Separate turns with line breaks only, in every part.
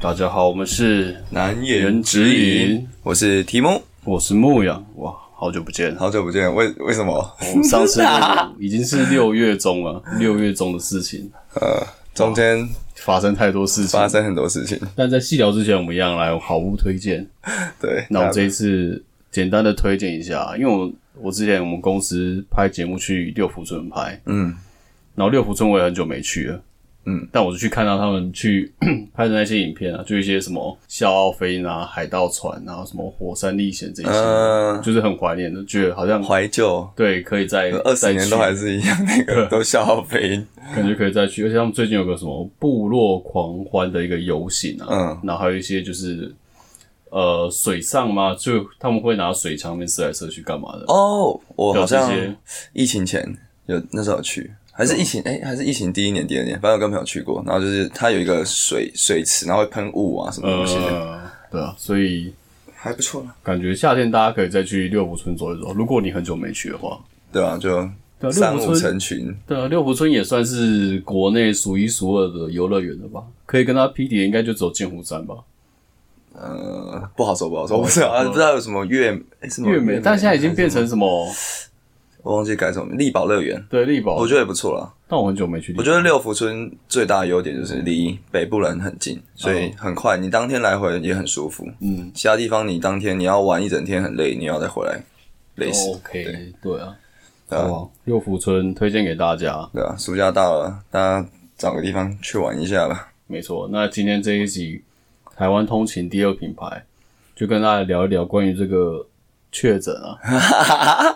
大家好，我们是
难
言
言
之
之
隐
隐。我是提蒙，
我是牧羊，哇，好久不见！
好久不见，为为什么？
我们上次
啊
录已经是六月中了，六月中的事情
中间
发生太多事情
发。生很多事情，
但在细聊之前，我们一样来好物推荐。
对，
那我这一次简单的推荐一下，因为我我之前我们公司拍节目去六福村拍，
嗯
然后六福村我也很久没去了，
嗯，
但我就去看到他们去 拍的那些影片啊，就一些什么笑傲飞鹰啊、海盗船啊、什么火山历险这些，
嗯，
就是很怀念的，觉得好像
怀旧，
对可以再
二十年都还
再
是一样，那个都笑傲飞鹰，
去感觉可以再去，而且他们最近有个什么部落狂欢的一个游行啊，
嗯，
然后还有一些就是呃水上嘛，就他们会拿水枪那边射来射去干嘛的，
哦，我
对啊
好像
这些
疫情前有那时候有去，还是疫情哎、还是疫情第一年、第二年，反正我跟朋友去过。然后就是它有一个水水池，然后会喷雾啊什么东西的，
呃，对啊，所以
还不错呢。
感觉夏天大家可以再去六福村走一走，如果你很久没去的话。
对啊，就
对啊
三
六
五
福村
成群，
对啊，六福村也算是国内数一数二的游乐园了吧？可以跟它匹敌，应该就只有剑湖山
嗯
吧。
呃，不好说不好说，我不知道啊，不知道有什么月哎什么
哦月美，但现在已经变成什么？
我忘记改什么力宝乐园，
对，力宝
我，觉得也不错啦。
但我很久没去力
我
宝。
觉得六福村最大的优点就是离北部人很近，所以很快，你当天来回也很舒服。
嗯哦
其他地方你当天你要玩一整天很累，你要再回来累死。
，OK，对啊，
对啊
好不好？六福村推荐给大家，
对啊，暑假到了，大家找个地方去玩一下吧。
没错。那今天这一集台湾通勤第二品牌，就跟大家聊一聊关于这个确诊啊，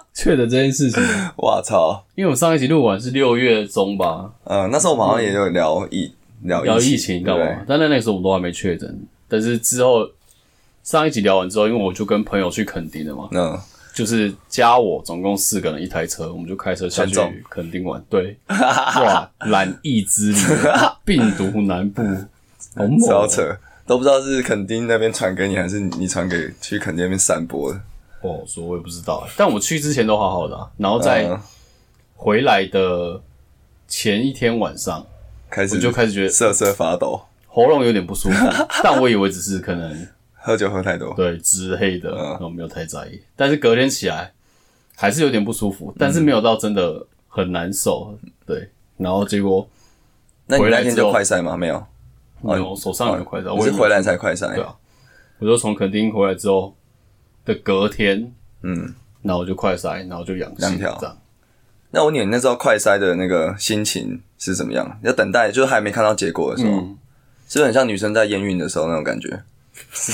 确诊这件事情。
哇操！
因为我们上一集录完是六月中吧，
呃，那时候我们好像也有聊疫聊
聊哦疫
疫
情
对
干
不
嘛？但在那个时候我们都还没确诊，但是之后上一集聊完之后，因为我就跟朋友去垦丁了嘛，
对？嗯，
就是加我总共四个人一台车，我们就开车下去
全中
垦丁玩。对，哇，染疫之力， 病毒南部，好猛
超
哦、
扯，都不知道是垦丁那边传给你，还是你传给去垦丁那边散播的。
不好哦说，我也不知道。欸但我去之前都好好的啊、然后在
嗯
回来的前一天晚上，
开始
我就开始觉得
瑟瑟发抖，
喉咙有点不舒服，但我以为只是可能
喝酒喝太多。
对之类的，
嗯
然后没有太在意。但是隔天起来还是有点不舒服，但是没有到真的很难受。对，然后结果
那你
回来
那天
之
就
后
快筛吗？没有，
没有手上有快乐，
嗯哦你
我
是
也没
回来才快筛。
对啊我就从垦丁回来之后的隔天，
嗯，
然后我就快筛，然后就阳
两
性
条
这样。
那我问你，你那时候快筛的那个心情是怎么样？要等待，就是还没看到结果的时候，
嗯
是不是很像女生在验孕的时候那种感觉？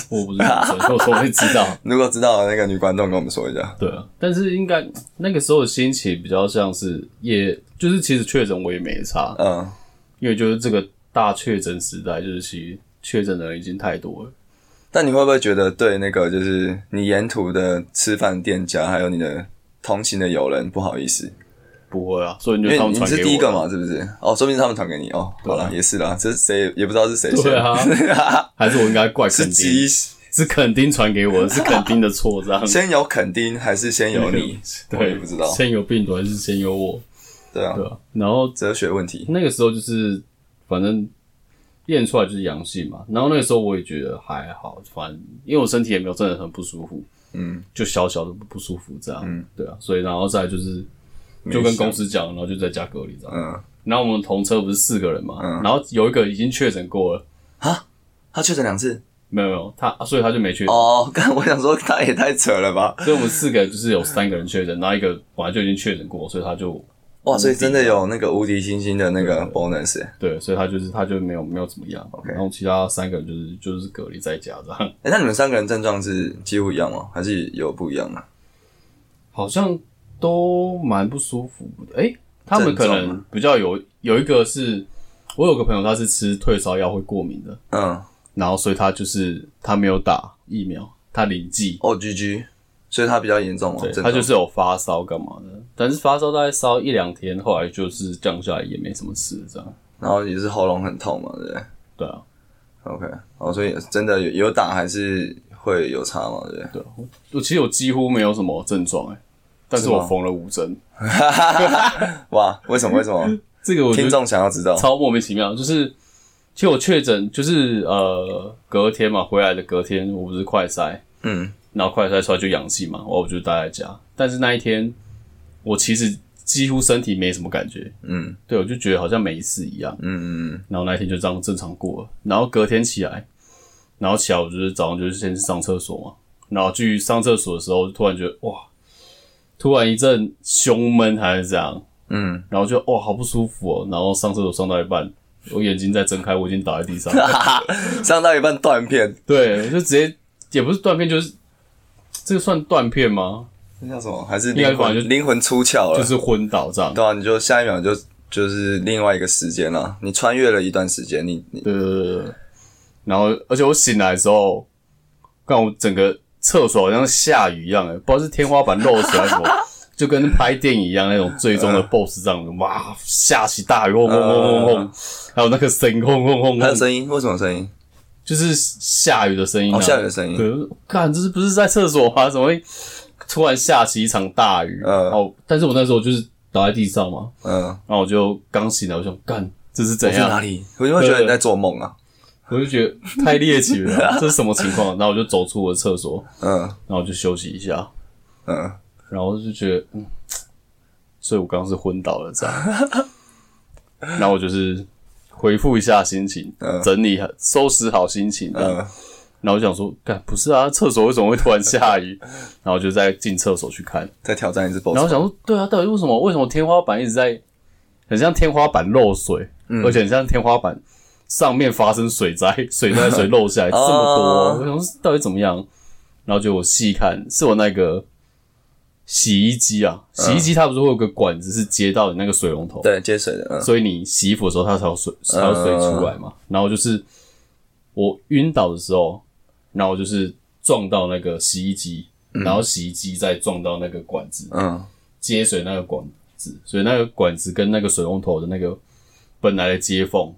我不是很准，所以我说我会知道。
如果知道的那个女观众跟我们说一下。
对啊，但是应该那个时候的心情比较像是也，就是其实确诊我也没差，
嗯，
因为就是这个大确诊时代，就是其实确诊的人已经太多了。
但你会不会觉得对那个就是你沿途的吃饭店家，还有你的同行的友人不好意思？
不会啊，所以你
因
就他
为
们
哎你
传给
是
我。啊
第一个嘛，是不是？哦，说不定是他们传给你哦。好了，也是啦，这谁也不知道是谁先。
对 啊，还是我应该怪
是
肯
鸡
丁？是肯丁传给我的，是肯丁的错，这样
先有肯丁还是先有你？ 我
对
也，不知道。
先有病毒还是先有我？
对啊
对，啊。然后
哲学问题。
那个时候就是，反正验出来就是阳性嘛。然后那个时候我也觉得还好，反正因为我身体也没有真的很不舒服，
嗯，
就小小的不不舒服这样。对啊，所以然后再来就是就跟公司讲，然后就在家隔离这样。
啊嗯，
然后我们同车不是四个人嘛，然后有一个已经确诊过了，
他确诊两次。
没有没有他，啊所以他就没确诊。
哦，刚我想说他也太扯了吧！
所以我们四个就是有三个人确诊，然后一个本来就已经确诊过，所以他就
哇，所以真的有那个无敌星星的那个 bonus，哎、
对，所以他就是他就没有没有怎么样。然后其他三个人就是就是隔离在家这样，
诶那你们三个人症状是几乎一样吗？还是有不一样啊吗？
好像都蛮不舒服的。诶、他们可
症状
能比较有有一个是，我有个朋友他是吃退烧药会过敏的，
嗯，
然后所以他就是他没有打疫苗，他零剂。
哦，G G，所以他比较严重哦，
对
症
他
状
就是有发烧干嘛的，但是发烧大概烧一两天，后来就是降下来，也没什么事这样。
然后也是喉咙很痛嘛，对不对
对啊，
？OK，哦，所以真的有有打还是会有差嘛，对不对？
对啊，我我其实我几乎没有什么症状哎、但是
是吗
我缝了五针，
哇，为什么为什么？
这个我觉
听
得
众想要知道，
超莫名其妙，就是其实我确诊就是呃隔天嘛，回来的隔天我不是快筛，
嗯，
然后快筛出来就阳性嘛，我我就待在家。但是那一天我其实几乎身体没什么感觉，
嗯，
对我就觉得好像没事一样。
嗯嗯
然后那一天就这样正常过了。然后隔天起来，然后起来我就是早上就是先去上厕所嘛，然后去上厕所的时候，突然觉得哇，突然一阵胸闷还是这样，
嗯，
然后就哇好不舒服哦。然后上厕所上到一半，我眼睛再睁开，我已经倒在地上了，
哈哈，嗯上到一半断片，
对，我就直接也不是断片，就是这个算断片吗？
那叫什么？还是
另外一
灵
款就
魂灵魂出窍了？
就是昏倒这样。
对啊，你就下一秒就就是另外一个时间了、你穿越了一段时间，你你
对对对对对。然后，而且我醒来的时候，看我整个厕所好像下雨一样，不知道是天花板漏水还是什么，就跟拍电影一样那种最终的 BOSS 这样子，哇，下起大雨，轰轰轰轰轰，还有那个声音，轰轰轰
还有
轰，
声音，为什么声音？
就是下雨的声音、啊
哦，下雨的声音，
对，看这是不是在厕所啊？怎么会 突然下起一场大雨？
嗯
哦，但是我那时候就是倒在地上嘛，
嗯，
然后我就刚醒来，我想干这是
我
怎
去
样？
哪里？我就会觉得你在做梦啊，
我就觉得太猎奇了，这是什么情况？然后我就走出我的厕所，
嗯
然后我就休息一下，
嗯，
然后就觉得，嗯，所以我刚刚是昏倒了这样。然后我就是回复一下心情，
嗯
整理好收拾好心情，这样
嗯
然后我想说，干不是啊，厕所为什么会突然下雨？ 然后就再进厕所去看，
在挑战一只 boss，
然后想说，对啊，到底为什么？为什么天花板一直在，很像天花板漏水，而且很像天花板上面发生水灾， 水灾水漏下来这么多，
啊
我想说到底怎么样？然后就我细看，是我那个洗衣机啊，洗衣机它不是会有个管子是接到你那个水龙头，
对，接水的，嗯
所以你洗衣服的时候它才有水，才有水出来嘛。然后就是我晕倒的时候，然后就是撞到那个洗衣机，然后洗衣机再撞到那个管子。
嗯
接水那个管子，所以那个管子跟那个水龙头的那个本来的接缝，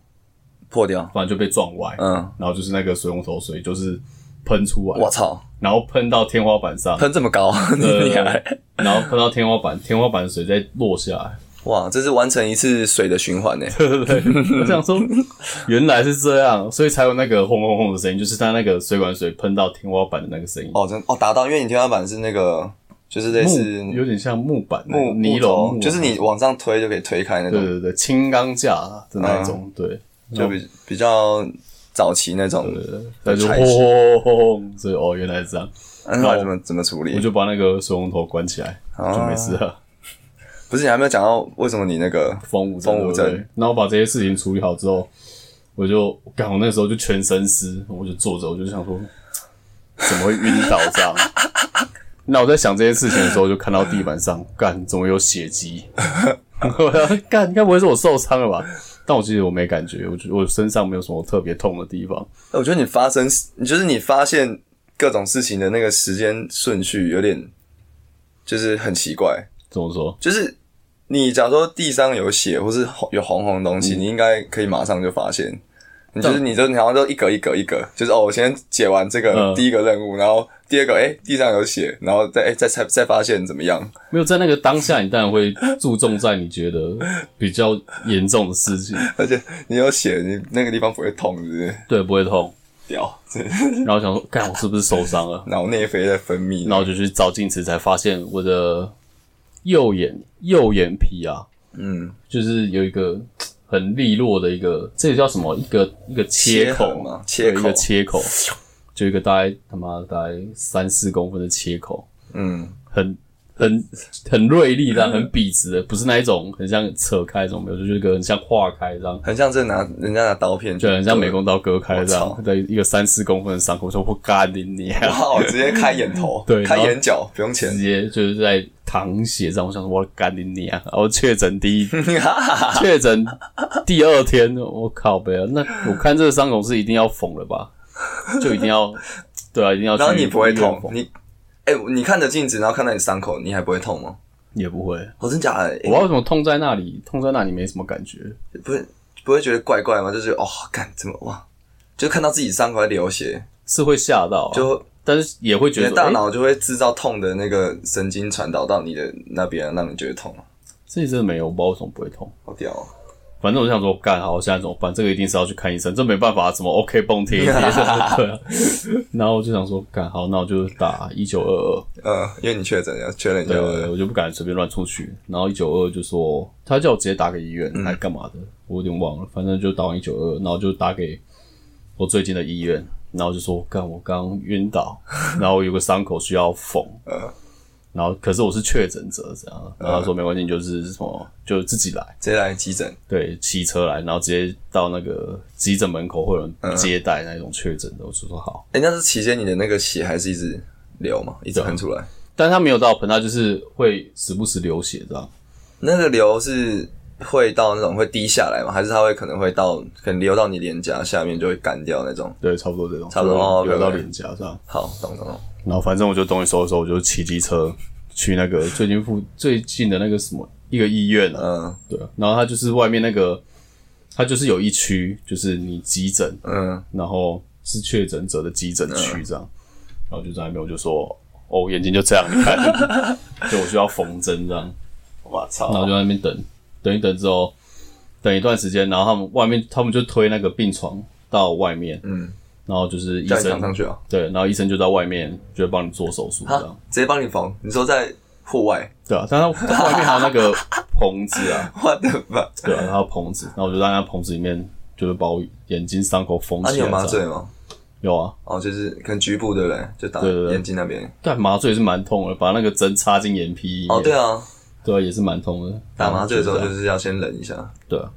破掉，
反正就被撞歪，
嗯，
然后就是那个水龙头水就是喷出来
我，操，
然后喷到天花板上，
喷这么高，你
呃
厉害，
然后喷到天花板，天花板的水再落下 来，
哇，这是完成一次水的循环呢，欸
对不对？我想说原来是这样，所以才有那个轰轰轰的声音，就是它那个水管水喷到天花板的那个声音，
哦，真哦达到，因为你天花板是那个，就是类似
木有点像木板那
木
个尼
木
龙木
头，
啊，
就是你往上推就可以推开那
对
种，
对对轻钢架的那一
嗯
种，对。嗯
就比比较早期那种，
他就
就
轰
踩
轰轰，所以哦，原来是这样，
那后来怎么怎么处理
我？就把那个水龙头关起来，
啊
就没事了。
不是你还没有讲到为什么你那个
风无症
风
对
无
不对
症
然后把这些事情处理好之后，我就干，我那时候就全身湿，我就坐着，我就想说，怎么会晕倒这样？ 那我在想这些事情的时候，就看到地板上，干，怎么有血迹？ 我要干，该不会是我受伤了吧？但我其实我没感觉，我觉我身上没有什么特别痛的地方。
哎我觉得你发生，就是你发现各种事情的那个时间顺序有点，就是很奇怪。
怎么说？
就是你假如说地上有血或是红有红红的东
嗯
西，你应该可以马上就发现。你就是你就你好像就一格一格一格，就是哦，我先解完这个
嗯
第一个任务，然后第二个哎、地上有血，然后再哎、再再再发现怎么样？
没有在那个当下，你当然会注重在你觉得比较严重的事情，
而且你有血，你那个地方不会痛，是不是？
对，不会痛。
屌，这
然后想说，干，我是不是受伤了？
脑内啡在分泌，
然后就去照镜子，才发现我的右眼右眼皮啊，
嗯，
就是有一个很利落的一个，这个叫什么？一个一个切
切
口
痕吗
对
切口
一个切口，就一个大概他妈大概三四公分的切口，
嗯，
很很很锐利的，很笔直的，不是那一种很像扯开这种没有，就是一个很像划开这样。
很像是拿人家拿刀片去
就
割，
很像美工刀割开这
我
样
操
的一个三四公分的伤口，我说我干你娘，
哇，我直接开眼 头，
对
开
然后
眼角，不用钱
直。接就是在淌血上，我想说我干你娘，啊我确诊 第一确诊第二天，我靠呗，那我看这个伤口是一定要缝了吧，就一定要对啊，一定要去
然后你不会
医院
痛，
缝，
你哎、你看着镜子，然后看到你伤口，你还不会痛吗？
也不会，
我、真假的？
我不知道为什么痛在那里，痛在那里没什么感觉，
欸不会不会觉得怪怪吗？就是哦，干怎么哇？就看到自己伤口在流血，
是会吓到啊，
就
但是也会
你
觉
的
得
大
诶
脑就会制造痛的那个神经传导到你的那边，让你觉得痛。
自己真的没有，我不知道为什么不会痛。
好屌哦、
反正我就想说，干好，我现在怎么办？这个一定是要去看医生，这没办法，怎么 OK 蹦贴贴？ 对啊。然后我就想说，干好，那我就打一九二二，
呃，因为你确诊了，确认
对
就
我就不敢随便乱出去。然后一九二就说，他叫我直接打给医院，还干嘛的？我有点忘了，反正就打完一九二，然后就打给我最近的医院，然后就说，干我刚晕倒，然后我有个伤口需要缝，然后可是我是确诊者，这样，然后他说没关系，你就是什么就自己来。
直接来急诊。
对，骑车来，然后直接到那个急诊门口，会有人接待那种确诊的。我就说好，
哎、那是期间你的那个血还是一直流
啊
嘛，一直喷出来？
但他没有到盆，他就是会时不时流血这样。
那个流是会到那种会滴下来吗？还是它会可能会到，可能流到你脸颊下面就会干掉那种？
对，差不多这种，
差不多
就
哦
流到
OK，OK
脸颊这样。
好，懂懂懂。
然后反正我就东西收一收，我就骑机车去那个最近附最近的那个什么一个医院啊，
嗯
对啊。然后他就是外面那个，他就是有一区，就是你急诊，
嗯，
然后是确诊者的急诊区这样，然后就在那边我就说，哦，我眼睛就这样，你 看，就我需要缝针这样，
我
然后
操！
就在那边等，等一等之后，等一段时间，然后他们外面他们就推那个病床到外面，
嗯，
然后就是医
叫你躺
生
上去啊，
对，然后医生就在外面就会帮你做手术这样
啊，，直接帮你缝。你说在户外，
对啊，但他他外面还有那个 棚子啊，
我的妈！
对啊，还有棚子，然后我就在那棚子里面就是把我眼睛伤口缝
啊，
起
你
来
有
这
麻
样，
醉吗？
有啊，
哦，就是可能局部对不对？就打
对对对
眼睛那边。
但麻醉也是蛮痛的，把那个针插进眼皮里面
哦，对啊，
对啊，也是蛮痛的。
打麻醉的时候
然
就
后
是要先忍一下。
这样对啊，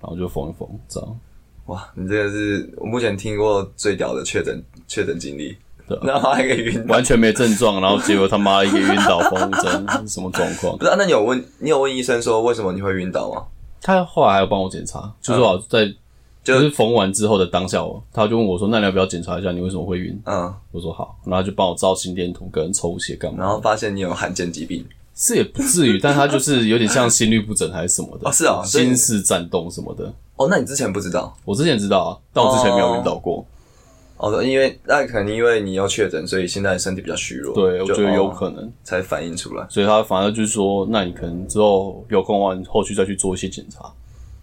然后就缝一缝，这样
哇，你这个是我目前听过最屌的确诊确诊经历
对啊。
那还有一个晕倒，
完全没症状，然后结果他妈一个晕倒风筝，什么状况
不？是、啊？那你有问你有问医生说为什么你会晕倒吗？
他后来还要帮我检查，就
嗯
说好在就是缝完之后的当下，我他就问我说：“那你要不要检查一下你为什么会晕
嗯，？”
我说好，然后他就帮我照心电图跟抽血干嘛
然？后发现你有罕见疾病，
是也不至于，但他就是有点像心律不整还是什么的，
哦是啊所以
心室颤动什么的。
哦，那你之前不知道
我之前知道啊，但我之前没有晕倒过。
哦，因为那可能因为你有确诊，所以现在身体比较虚弱，
对，我觉得有
能、
可能。
才反映出来。
所以他反而就是说，那你可能之后有空完后续再去做一些检查。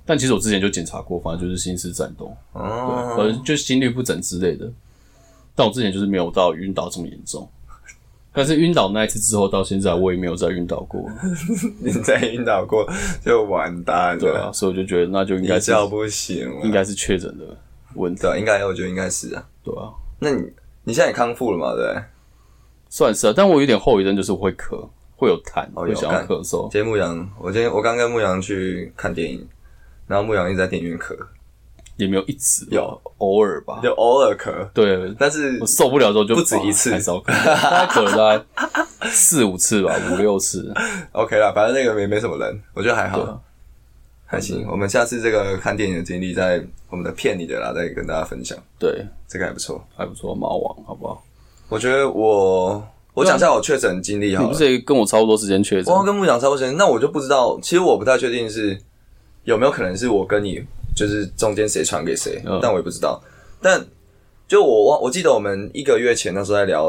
但其实我之前就检查过，反正就是心室颤动，
哦，
反正就心律不整之类的。但我之前就是没有到晕倒这么严重，但是晕倒那一次之后到现在，我也没有再晕倒 过，
你再晕倒过就完蛋
对
了
啊，，所以我就觉得那就应
你
该是
叫不醒了，
应该是确诊的问题，
对啊，应该我觉得应该是啊。
对啊，
那你你现在也康复了嘛？对不对，
算是啊。但我有点后遗症，就是会咳，会有痰，
哦
会
有
想要咳嗽，
今天牧羊，我今天我刚跟牧羊去看电影，然后牧羊一直在电影院咳，
也没有一直啊
有
偶尔吧，
就偶尔咳，
对，
但是
我受不了之后就
不止一次
还是要咳，大概咳了大概四五次吧，五六次。
OK 啦，反正那个没没什么人，我觉得还
对啊
好，还行。我们下次这个看电影的经历，在我们的骗你的啦，再跟大家分享，
对，
这个还不错。
还不错，猫王好不好？
我觉得我我讲
啊
一下我确诊经历
你
好
不
了。
是也跟我差不多时间确诊
我？要跟牧羊差不多时间，那我就不知道，其实我不太确定是有没有可能是我跟你就是中间谁传给谁，
嗯
但我也不知道。但就我忘，我记得我们一个月前那时候在聊，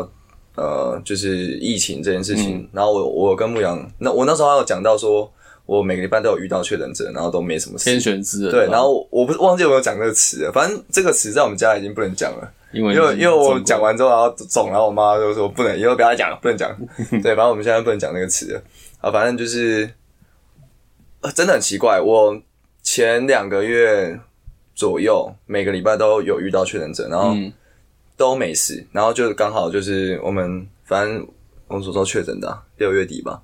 呃，就是疫情这件事情，然后我我有跟牧羊，那我那时候还有讲到说。我每个礼拜都有遇到确诊者，然后都没什么事。
天选之人。
对，然后我我不忘记有没有讲这个词了，反正这个词在我们家已经不能讲了，
因为
因为因为我讲完之后，然后肿，然后我妈就说不能，以后不要讲，不能讲。对，反正我们现在不能讲那个词了啊，反正就是、呃真的很奇怪，我前两个月左右每个礼拜都有遇到确诊者，然后
嗯
都没事，然后就刚好就是我们反正我们所说确诊的啊六、月底吧，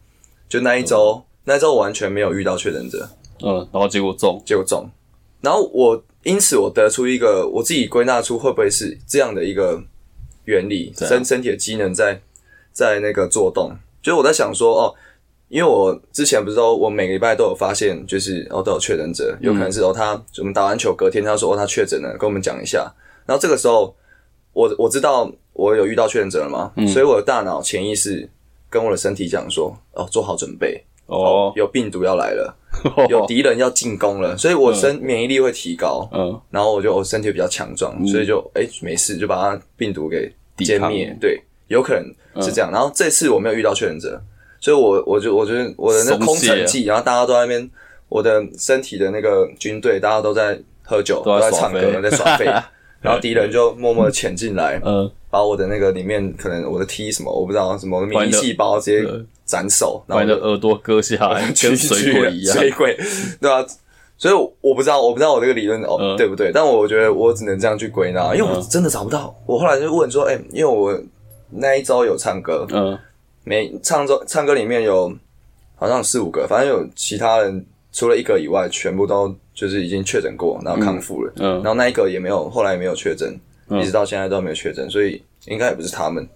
就那一周、那一周我完全没有遇到确诊者，
嗯，然后结果中，
结果中。然后我因此我得出一个我自己归纳出会不会是这样的一个原理，
怎样
身身体的机能在在那个做动。就是我在想说哦，因为我之前不是说我每个礼拜都有发现，就是哦都有确诊者，有可能是哦他我们打完球隔天他说哦他确诊了，跟我们讲一下。然后这个时候我我知道我有遇到确诊者了嘛，所以我的大脑潜意识跟我的身体讲说哦做好准备哦
哦，
有病毒要来了。有敌人要进攻了，所以我身免疫力会提高，
嗯，
然后我就我哦身体比较强壮，所以就哎、没事，就把它病毒给歼灭。对，有可能
嗯
是这样。然后这次我没有遇到确诊者，所以我我就我觉得我的那
松懈
空城计，然后大家都在那边我的身体的那个军队，大家都在喝酒，
都
都
在
在
耍
唱
飞
歌，在 耍废，然后敌人就默默的潜进来，
呃，
把我的那个里面可能我的 T 什么我不知道什么
把
免
你
疫
的
细胞直
呃
接斩首，然
把
后
你
我
的
就
耳朵割下 来，跟水
去
果
了
一样。
水鬼，对啊。所以我不知道，我不知道我这个理论哦、
嗯
对不对？但我觉得我只能这样去归纳，因为我
嗯
真的找不到。我后来就问说，哎、因为我那一周有唱歌，
嗯
每唱周唱歌里面有好像有四五个，反正有其他人除了一个以外，全部都就是已经确诊过，然后康复了。然
嗯，
后那一个也没有，后来也没有确诊，
嗯
一直到现在都没有确诊，所以应该也不是他们。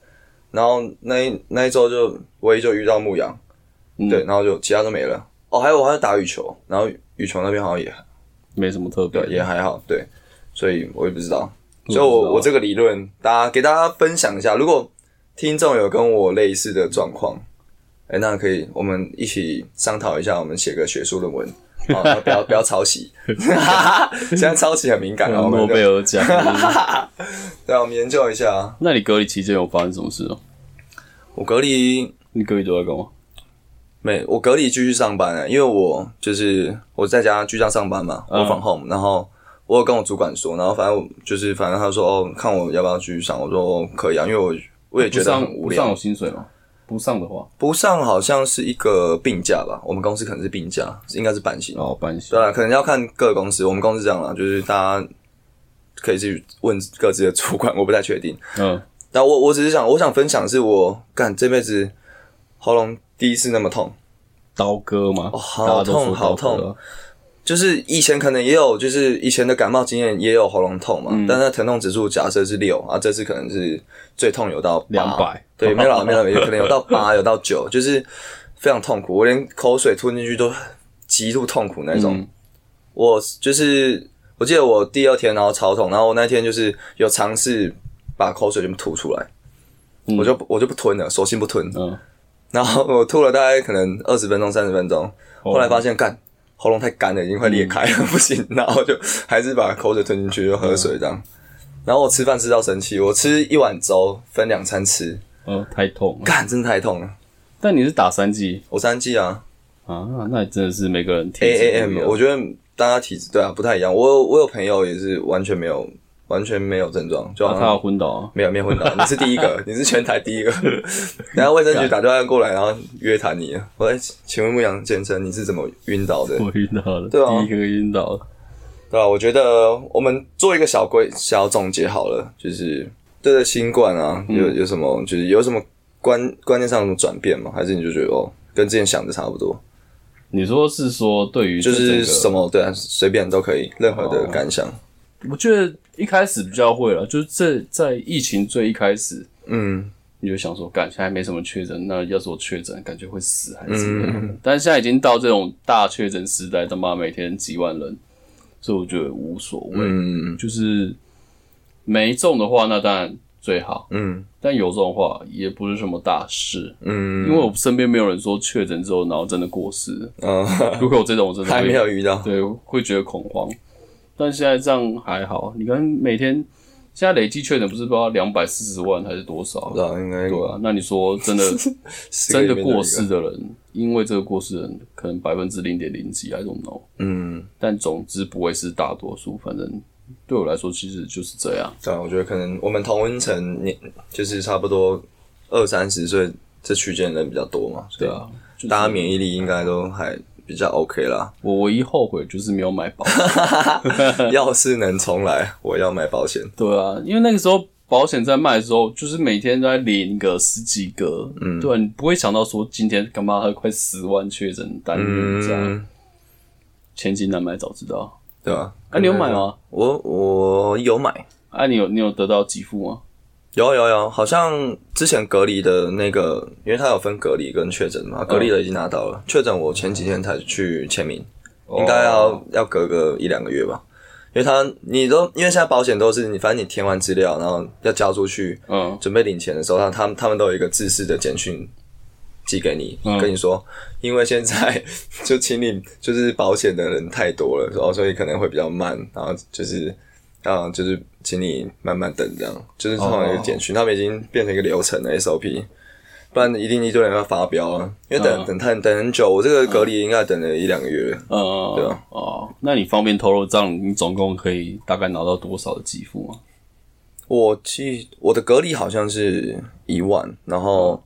然后那一那一周就唯一就遇到牧羊，
嗯
对，然后就其他都没了。哦，还有我还有打羽球，然后羽球那边好像也
没什么特别
对。也还好，对，所以我也不知道。
嗯不
所以
知道
我我这个理论，大家给大家分享一下，如果听众有跟我类似的状况，哎、那可以我们一起商讨一下，我们写个学术论文。哦，不要不要抄袭， 现在抄袭很敏感哦。我们
嗯诺贝尔 奖。
对啊，我们研究一下啊。
那你隔离期间有发生什么事哦？
我隔离
你隔离都在干嘛？
没，我隔离继续上班、欸，因为我就是我在家居家上班嘛，我
嗯
from home，、然后我有跟我主管说，然后反正我就是反正他说哦，看我要不要继续上，我说、哦、可以啊，因为我我也觉得很无
不上
聊
有。薪水吗？不上的话，
不上好像是一个病假吧，我们公司可能是病假，应该是半薪。
哦，半薪
对。啊，可能要看各公司，我们公司这样啦，就是大家可以去问各自的主管，我不太确定。
嗯，
但我我只是想，我想分享是我干这辈子喉咙第一次那么痛。
刀割吗？
哦好
大家都说
痛好
刀割
痛
啊。
就是以前可能也有，就是以前的感冒经验也有喉咙痛嘛，
嗯
但那疼痛指数假设是六啊，这次可能是最痛有到八
200
对，没有啦没有啦，可能有到 八，有到九，就是非常痛苦，我连口水吞进去都极度痛苦那种。
嗯
我就是我记得我第二天然后超痛，然后我那天就是有尝试把口水全部吐出来，
嗯
我就我就不吞了，索性不吞，
嗯，
然后我吐了大概可能二十分钟三十分钟，
后
后来发现干喉咙太干了，已经快裂开了，
嗯
不行， 然后就还是把口水吞进去，就喝水这样。
嗯
然后我吃饭吃到生气，我吃一碗粥分两餐吃，
嗯，太痛了。
干真的太痛了。
但你是打三剂
我三剂啊
啊？那真的是每个人体质
，A A
不一
M，
样
我觉得大家体质对啊不太一样。我有我有朋友也是完全没有完全没有症状，就好
啊他要
像
昏倒啊。
没有没有昏 倒。你是第一个，你是全台第一个。然后卫生局打电话过来，然后约谈你。我说哎请问牧羊先生，你是怎么晕倒的？
我晕倒了，
对啊
第一个晕倒了。
对啊，我觉得我们做一个小归小总结好了，就是对着新冠啊，
嗯
有有什么就是有什么观观念上有什么转变吗？还是你就觉得哦，跟之前想的差不多，
你说是说对于
就
这整
是
个哦
什么对啊，随便都可以，任何的感想。
我觉得一开始比较会了，就是这在疫情最一开始，
嗯，
你就想说，感现在没什么确诊，那要是我确诊，感觉会死还是怎么样的？
嗯
但是现在已经到这种大确诊时代，他妈每天几万人，所以我觉得无所谓。
嗯
就是没中的话，那当然最好；
嗯
但有中的话，也不是什么大事。
嗯，
因为我身边没有人说确诊之后，然后真的过世。
嗯，
如果有这种，我真的
还
会
没有遇到，
对，会觉得恐慌。但现在这样还好，你看每天现在累计确诊不是不知道两百四十万还是多少
不知？道应该
对啊，那你说真 的
四个
真
里
的
面
过
一个
世，的人，因为这个过世的人可能百分之零点零几，I don't know。
嗯，
但总之不会是大多数，反正对我来说其实就是这样。
对啊，我觉得可能我们同温层年就是差不多二三十岁这区间的人比较多嘛，所以
对啊，就是
大家免疫力应该都还比较 OK 啦。
我唯一后悔就是没有买保险。 嗯
要是能重来，我要买保险。
对啊，因为那个时候保险在卖的时候，就是每天都在领个十几个，嗯，对啊、你不会想到说今天干嘛还有快十万确诊单日这样，
嗯，
千金难买早知道。
对吧？
啊，你有买？吗？
我我有买，
啊，你有你有得到给付吗？
有有有，好像之前隔离的那个，因为他有分隔离跟确诊嘛，隔离
嗯
的已经拿到了，确诊我前几天才去签名，
哦
应该要要隔个一两个月吧。因为他，你都因为现在保险都是你，反正你填完资料，然后要交出去，
嗯，
准备领钱的时候，他他们他们都有一个自式的简讯寄给你，
嗯
跟你说，因为现在就请你就是保险的人太多了，然后所以可能会比较慢，然后就是啊就是
哦
请你慢慢等这样，就是通常有一个简讯，他们已经变成一个流程的 SOP。不然一定一堆人要发飙啊。因为等
嗯
等太等很久，我这个隔离应该等了一两个月了。
呃，
对啊
哦，那你方便透露这样你总共可以大概拿到多少的给付吗？
我记我的隔离好像是一万，然
嗯
后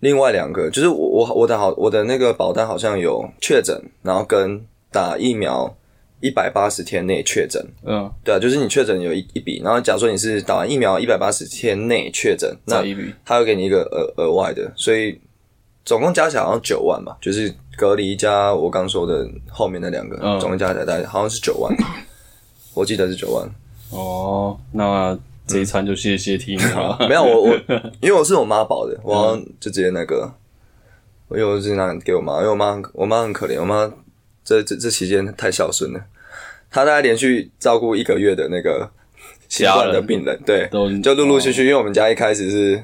另外两个就是我我我的好我的那个保单好像有确诊，然后跟打疫苗一百八十天内确诊，
嗯，
对啊，就是你确诊有一一笔，然后假如说你是打完疫苗一百八十天内确诊，那
再一笔，
他会给你一个额额外的，所以总共加起来好像九万吧，就是隔离加我刚说的后面那两个，
嗯
总共加起来大概好像是九万，我记得是九万。
哦，那这一餐就谢谢听你了。
没有我我，因为我是我妈保的，我好像就直接那个，我有直接拿给我妈，因为我妈很我妈很可怜，我妈这这这期间太孝顺了，她大概连续照顾一个月的那个新冠的病人，对，
都哦
就陆陆续续，因为我们家一开始是，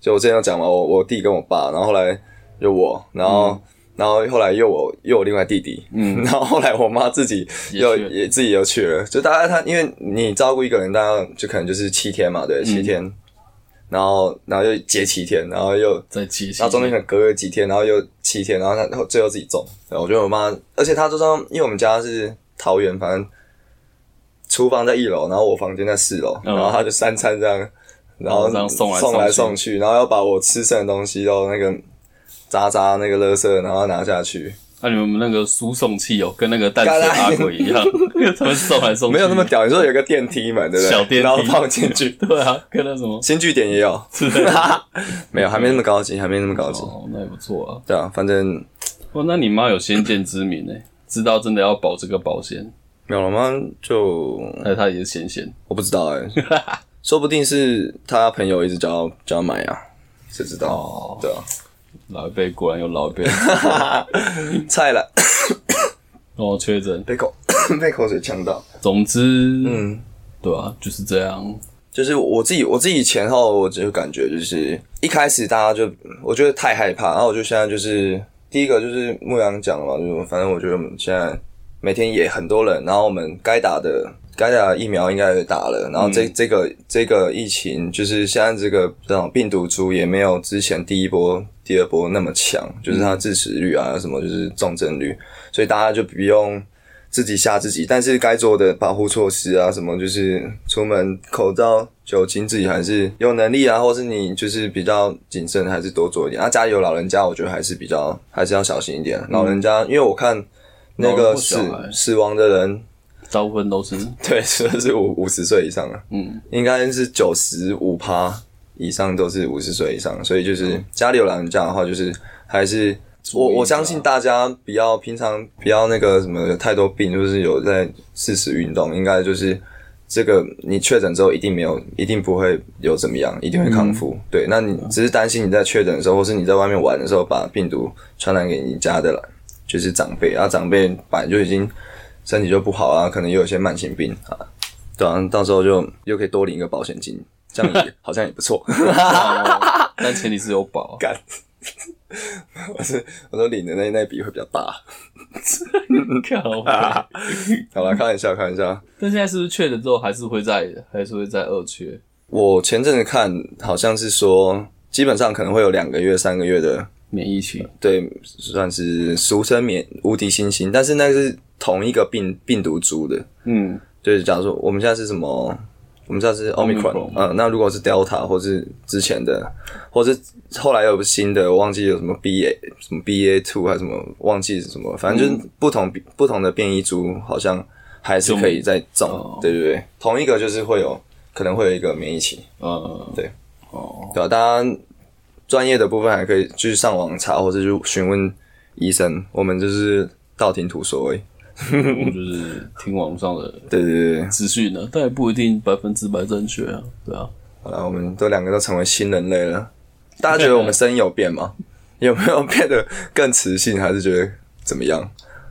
就我之前有讲嘛，我我弟跟我爸，然后后来就我，然后、
嗯
然后后来又我又我另外弟弟，嗯， 然后后来我妈自己
也
又
去了
也自己又去了，就大概她因为你照顾一个人，大概就可能就是七天嘛，
嗯
对，七天，然后然后又接七天，然后又
再接
然后中间可能隔了几天，然后又七天，然后他然后最后自己中。对，我觉得我妈，而且她就说，因为我们家是桃园，反正厨房在一楼，然后我房间在四楼，
嗯哦
然后她就三餐这样，然后
这样送来
送
送去
送去，然后要把我吃剩的东西都那个渣渣那个垃圾，然后拿下去，
那、你们那个输送器有跟那个淡水阿鬼一 样，他们送来送去，
没有那么屌。你说有个电梯门，对不对？
小电梯，
然后放进去
对啊，跟那什么，
新据点也有， 没有，还没那么高级，还没那么高级。
哦，那也不错啊。
对啊，反正
哦，那你妈有先见之明呢、知道真的要保这个保险，
没有了吗？就
那她也是闲闲。
我不知道哎、 说不定是他朋友一直叫他叫他买啊，谁知道？
哦
对啊，
老一辈果然有老一辈，
菜了，
哦，确诊。
被口 被口水呛到。
总之，
嗯，
对啊，就是这样。
就是我自己我自己前后我就感觉就是一开始大家就我觉得太害怕，然后我就现在就是第一个就是牧羊讲了嘛，就是反正我觉得我们现在每天也很多人，然后我们该打的。该打的疫苗应该也打了，然后这、这个这个疫情就是现在这个这种病毒株也没有之前第一波、第二波那么强，就是它致死率啊什么就是重症率，所以大家就不用自己吓自己，但是该做的保护措施啊，什么就是出门口罩、酒精，自己还是有能力啊，或是你就是比较谨慎，还是多做一点。啊，家里有老人家，我觉得还是比较还是要小心一点。老人家，因为我看那
老人
个
或
死
小欸孩
死亡的人，
大部分都 是
对，说是五五十岁以上了，
嗯，
应该是九十五趴以上都是五十岁以上，所以就是家里有老人家的话，就是还是我
嗯注意一下
我相信大家不要平常不要那个什么有太多病，就是有在适时运动，应该就是这个你确诊之后一定没有，一定不会有怎么样，一定会康复。
嗯
对，那你只是担心你在确诊的时候，或是你在外面玩的时候把病毒传染给你家的了，就是长辈啊，长辈本来就已经身体就不好啊，可能也有一些慢性病啊，对啊，到时候就又可以多领一个保险金，这样也好像也不错。
哦但前提是有保啊。
干，我是我说领的那那笔会比较大。
靠北
好了，开玩笑，开玩笑。
但现在是不是确诊之后还是会在，还是会在二缺？
我前阵子看好像是说，基本上可能会有两个月、三个月的，
免疫期
对，算是俗称免无敌星星，但是那个是同一个病病毒株的。
嗯，
就是假如说我们现在是什么，我们现在是
Omicron
Omicron，嗯，那如果是 Delta 或是之前的，或是后来有新的，我忘记有什么 BA 什么 BA two 还是什么，忘记是什么，反正就是不同、不同的变异株好像还是可以再
哦
种，对对对，同一个就是会有可能会有一个免疫期，
呃，
对，
哦，
对吧、大家专业的部分还可以去上网查，或者去询问医生，我们就是道听途说而已，
我就是听网上的
对对对对。
资讯呢，但也不一定百分之百正确啊，对啊，
好了，我们都两个都成为新人类了。大家觉得我们声音有变吗？ 有没有变得更磁性，还是觉得怎么样？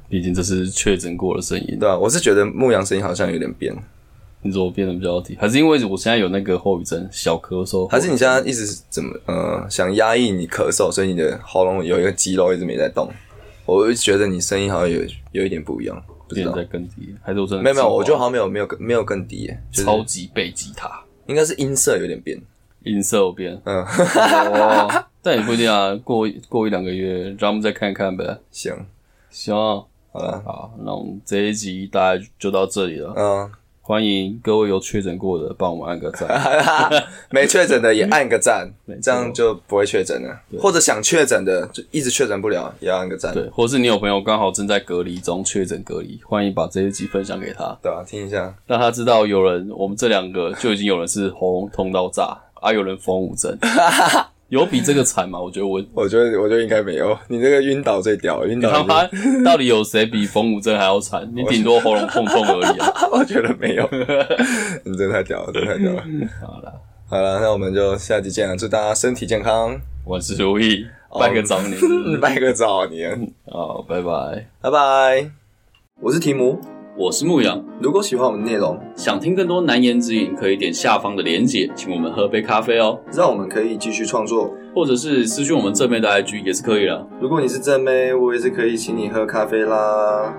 毕竟这是确诊过的声音，
对啊，我是觉得牧羊声音好像有点变，
你说我变得比较体，还是因为我现在有那个后遗症，小咳嗽，
还是你现在一直怎么呃想压抑你咳嗽，所以你的喉咙有一个肌肉一直没在动。我就觉得你声音好像有有一点不一样，不知
变
道
得。在更低，还是我真的
没有没有，我觉得
好
好像没有没有更没有更低耶，就是
超级背吉他，
应该是音色有点变。
音色有变，
嗯
哦，但也不一定啊，过过一两个月，让我们再看看呗。
行，
行啊，
好了，
好，那我们这一集大概就到这里了。
嗯，
欢迎各位有确诊过的，帮我们按个赞。
没确诊的也按个赞，
错
这样就不会确诊了。或者想确诊的就一直确诊不了，也要按个赞，
对，或是你有朋友刚好正在隔离中确诊隔离，欢迎把这一集分享给他，
对吧？啊听一下，
让他知道有人，我们这两个就已经有人是喉咙痛到炸，啊，有人风五症， 有比这个惨吗？我觉得我
我觉得我觉得应该没有， 你这个晕倒最屌，晕倒
他妈到底有谁比风五症还要惨？你顶多喉咙痛痛而已啊。
我觉得没有，你真的太屌了，真的太屌了。
好了，
好了，那我们就下期见了，祝大家身体健康，
我是如意，拜个 早年，
拜个早年，
好，拜拜。
拜拜。我是提姆，
我是牧羊，
如果喜欢我们的内容，
想听更多难言之隐，可以点下方的连结，请我们喝杯咖啡哦，
让我们可以继续创作。
或者是私讯我们正面的 IG 也是可以的。
如果你是正妹，我也是可以请你喝咖啡啦。